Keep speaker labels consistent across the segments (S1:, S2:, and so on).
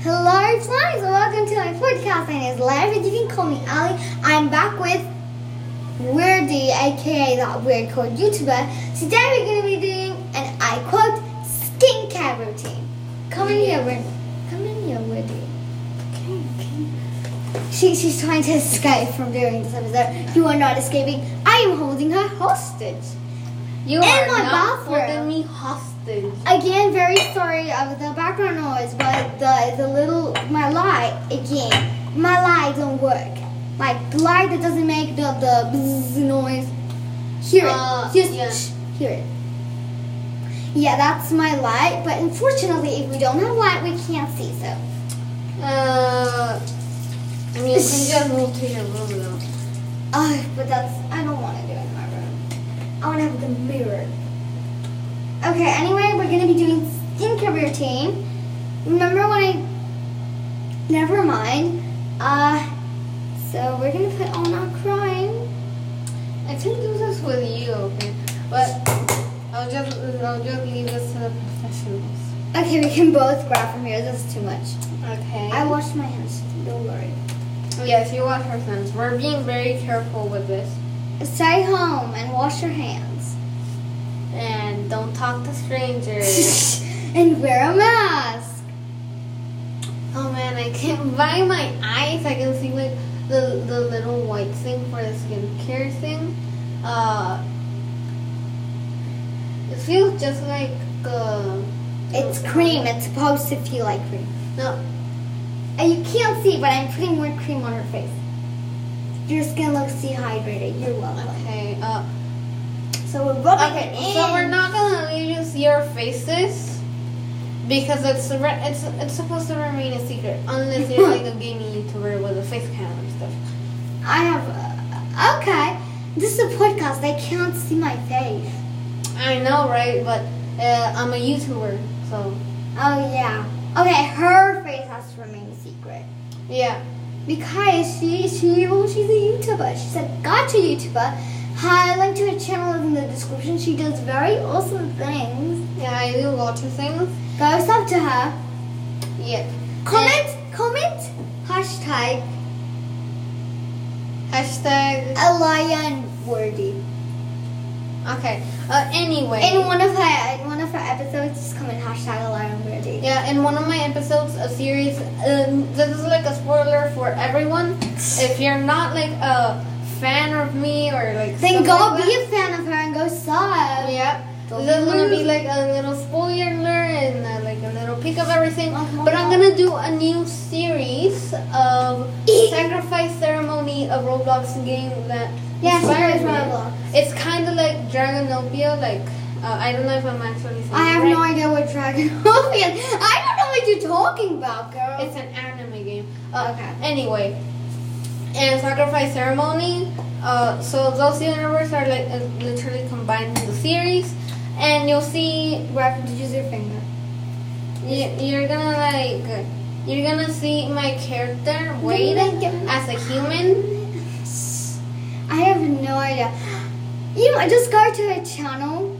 S1: Hello, flies! Welcome to my podcast. My name is Larry, but you can call me Ali. I'm back with Weirdy, aka that weird code YouTuber. Today we're gonna be doing an I quote skincare routine. Come in here, Weirdy. Come in here, Weirdy. She, she's trying to escape from doing this episode. You are not escaping. I am holding her hostage.
S2: You
S1: In
S2: are
S1: my
S2: not
S1: bathroom.
S2: holding me hostage.
S1: Again, very sorry of the background noise, but the the little my light again, my light don't work. Like the light that doesn't make the the bzzz noise. Hear it,
S2: Uh,
S1: just
S2: yeah.
S1: shh, hear it. Yeah, that's my light. But unfortunately, if we don't have light, we can't see. So
S2: Uh, I mean, you can just move to your room now.
S1: Oh, but that's I don't want to do it in my room. I want to have the mirror. Okay. Anyway, we're gonna be doing skincare routine. Remember when I? Never mind. Uh, so we're gonna put on our crime.
S2: I can do this with you, okay? But I'll just I'll just leave this to the professionals.
S1: Okay, we can both grab from here. This is too much.
S2: Okay. Oh,
S1: I washed my hands. Don't worry.
S2: yes, you wash your hands. We're being very careful with this,
S1: Stay home and wash your hands.
S2: and don't talk to strangers.
S1: and wear a mask.
S2: oh man, I can't. By my eyes, I can see like the the little white thing for the skincare thing. Uh, it feels just like uh,
S1: It's cream. It's supposed to feel like cream.
S2: no.
S1: And you can't see, but I'm putting more cream on her face. Your skin looks dehydrated. You're welcome.
S2: Okay. Uh,
S1: So we're rubbing
S2: okay.
S1: it in.
S2: So we're not gonna leave you see our faces because it's re- it's it's supposed to remain a secret unless you're like a gaming YouTuber with a face cam and stuff.
S1: I have. Uh, okay. This is a podcast. I can't see my face.
S2: I know, right? But uh, I'm a YouTuber, so
S1: Oh yeah. Okay, her face has to remain secret
S2: yeah.
S1: because she she well she's a YouTuber. She's a gotcha YouTuber. Hi, link to her channel is in the description. She does very awesome things.
S2: Yeah, I do lots of things.
S1: Go sub to her.
S2: Yeah.
S1: Comment, comment, hashtag
S2: Hashtag.
S1: a lion worthy.
S2: Okay. Uh, anyway.
S1: In one of her in one of her episodes, just come and hashtag Alarm Birdie.
S2: Yeah, in one of my episodes, a series. Um, this is like a spoiler for everyone. If you're not like a fan of me or like,
S1: Then go
S2: stuff like
S1: be a fan of her and go
S2: that, uh,
S1: sub.
S2: yeah.
S1: Go
S2: There's gonna
S1: be.
S2: be like a little spoiler and uh, like a little pick of everything.
S1: Uh-huh.
S2: But I'm gonna do a new series of sacrifice ceremony, a Roblox game that
S1: Yeah, she
S2: inspired
S1: plays
S2: me.
S1: Roblox.
S2: It's kind of like Dragonopia. Like uh, I don't know if I'm actually. saying
S1: I have
S2: it
S1: no
S2: right.
S1: idea what Dragon Hope is. I don't know what you're talking about, girl.
S2: It's an anime game. Uh,
S1: Okay.
S2: Anyway, and sacrifice ceremony. Uh, so those universes are like uh, literally combined in the series, and you'll see.
S1: where did you use your finger?
S2: You, you're gonna like. You're gonna see my character Wade
S1: like it.
S2: as a human.
S1: I have no idea. You know, just go to her channel.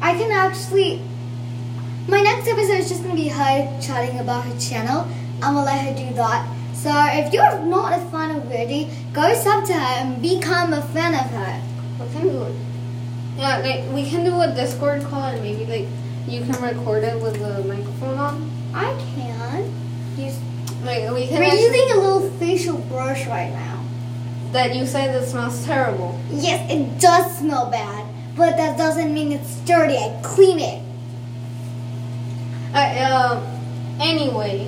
S1: I can actually. My next episode is just gonna be her chatting about her channel. I'm gonna let her do that. So if you're not a fan of Birdie, go sub to her and become a fan of her.
S2: What can we do? Yeah, like we can do a Discord call and maybe like you can record it with the microphone on.
S1: I can. Use-
S2: Like we can.
S1: We're
S2: actually-
S1: using a little facial brush right now.
S2: that you said that smells terrible.
S1: Yes, it does smell bad, but that doesn't mean it's dirty. I clean it.
S2: Uh, uh, anyway.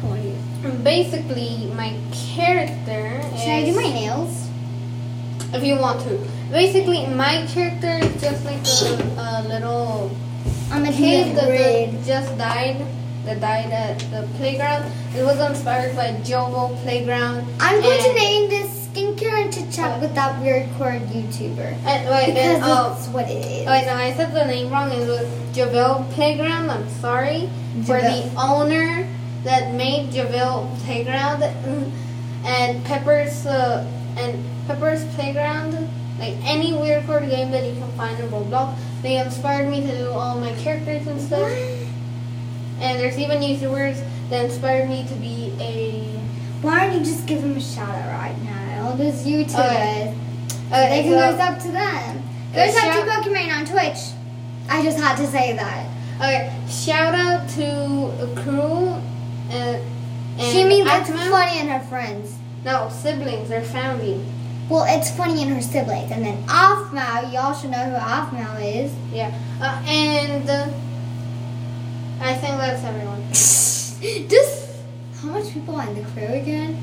S1: Come on, you.
S2: Basically, my character is.
S1: Should I do my nails?
S2: If you want to. Basically, my character is just like a, a little
S1: I'm a
S2: kid
S1: kid.
S2: that, that just died. That died at the playground. It was inspired by Jovo Playground.
S1: I'm going to
S2: and-
S1: name this skincare and chit chat with that weird core YouTuber.
S2: And, wait,
S1: Because
S2: and, oh,
S1: that's what it is.
S2: wait, no, I said the name wrong. It was Jovel Playground. I'm sorry. For the owner that made Jovel Playground and Pepper's uh, and Pepper's Playground, like any weird card game that you can find in Roblox, they inspired me to do all my characters and stuff. And there's even YouTubers that inspired me to be a.
S1: Why don't you just give them a shout out right now? All those YouTubers.
S2: Okay.
S1: They
S2: Oh, Okay,
S1: can
S2: so-
S1: go up to them. Go
S2: Okay,
S1: talk to
S2: shout-
S1: Pokemon on Twitch. I just had to say that.
S2: okay, shout out to Cruel and, and
S1: she means it's
S2: Atma.
S1: funny in her friends.
S2: No, siblings, they're family.
S1: Well, it's funny in her siblings. And then Afmao, y'all should know who Afmao is.
S2: Yeah. Uh, and uh, I think that's everyone.
S1: Just how much people are in the crew again?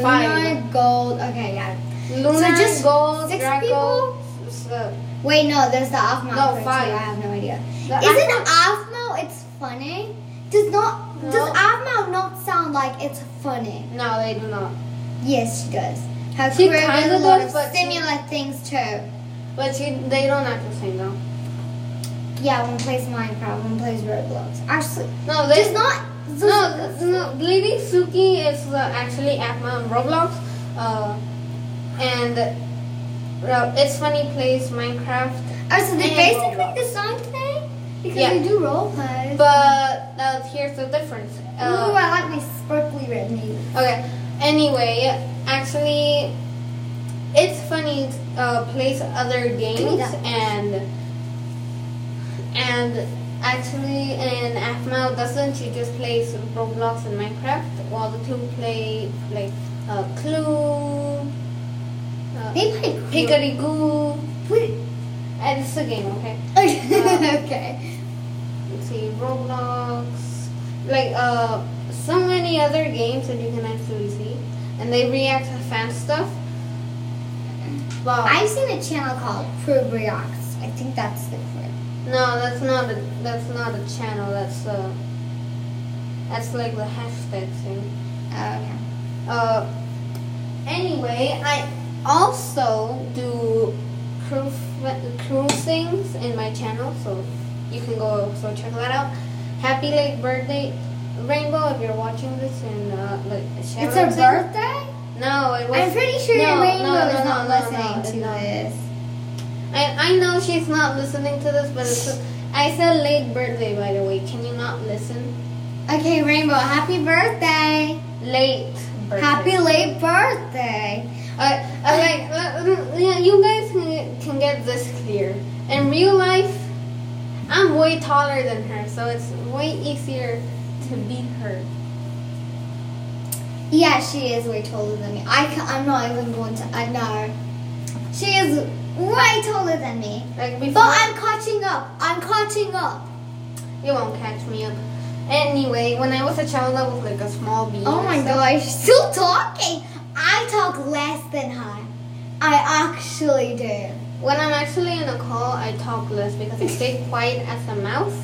S2: Five.
S1: Luna, Gold. Okay, yeah.
S2: Luna,
S1: just
S2: Gold,
S1: six
S2: Draco.
S1: people?
S2: s- uh,
S1: Wait, no, there's the Afmao.
S2: No,
S1: crew, too.
S2: five.
S1: I have no idea.
S2: The
S1: Isn't Afmao? It's funny. Does not does
S2: No.
S1: Afmao not sound like it's funny?
S2: No, they do not.
S1: Yes, she does. Her
S2: She
S1: crew does
S2: kinda
S1: a lot
S2: does,
S1: of
S2: but she-
S1: similar things too.
S2: But you, they don't act the same though.
S1: Yeah, one plays Minecraft, one plays Roblox. Actually,
S2: No, they
S1: does not.
S2: No, no. Lady Suki is uh, actually Atma on Roblox, uh, and uh, it's funny plays Minecraft.
S1: Oh, so they
S2: And
S1: basically
S2: Roblox.
S1: the song today because
S2: Yeah.
S1: they do role play.
S2: But uh, here's the difference.
S1: Ooh,
S2: Uh,
S1: I like my sparkly red nails.
S2: okay. Anyway, actually, it's funny uh, plays other games
S1: that.
S2: and and actually in Atma doesn't she just plays Roblox and Minecraft while the two play like uh, Clue. uh,
S1: They play
S2: Picarigoo.
S1: Wait.
S2: And it's a game, okay?
S1: okay.
S2: Let's see, Roblox. Like, uh, so many other games that you can actually see. And they react to fan stuff. But,
S1: I've seen a channel called Pro Reacts. I think that's different.
S2: no, that's not a, that's not a channel, that's, uh, that's like the hashtag thing.
S1: Okay.
S2: Uh, anyway, I also do crew, crew things in my channel, so you can go so check that out. Happy late birthday, Rainbow, if you're watching this and uh, like share
S1: It's her
S2: it.
S1: birthday?
S2: No, it was.
S1: I'm pretty sure
S2: no,
S1: Rainbow
S2: no, no,
S1: is
S2: no,
S1: not
S2: no,
S1: listening
S2: no,
S1: to
S2: no.
S1: this.
S2: I, I know she's not listening to this, but it's. I said late birthday, by the way. Can you not listen?
S1: Okay, Rainbow, happy birthday.
S2: Late. Birthday.
S1: Happy late birthday.
S2: I, I like, uh, uh, yeah, you guys can, can get this clear. In real life, I'm way taller than her, so it's way easier to beat her.
S1: Yeah, she is way taller than me. I can, I'm not even going to. I know. She is way taller than me.
S2: Like
S1: But
S2: before,
S1: I'm catching up. I'm catching up.
S2: you won't catch me up. Anyway, when I was a child, I was like a small bee.
S1: Oh my
S2: so-
S1: gosh, still talking. I talk less than her. I actually do.
S2: When I'm actually in a call, I talk less because I stay quiet as a mouse,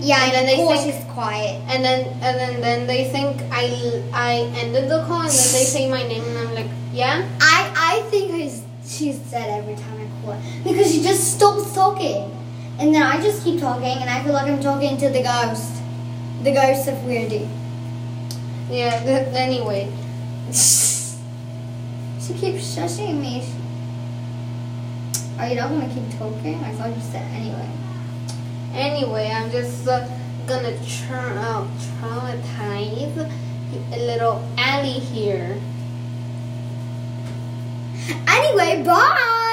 S1: Yeah,
S2: And then
S1: and
S2: they
S1: of course
S2: think-
S1: she's quiet.
S2: and then and then, then they think I I ended the call, and then they say my name, and I'm like, yeah.
S1: I I think I- she's dead every time I call her because she just stops talking, and then I just keep talking, and I feel like I'm talking to the ghost, the ghost of Weirdy.
S2: Yeah, th- anyway.
S1: She keeps shushing me. Are you not gonna keep talking? I thought you said anyway.
S2: Anyway, I'm just uh, gonna turn out traumatize a little alley here.
S1: Anyway, bye.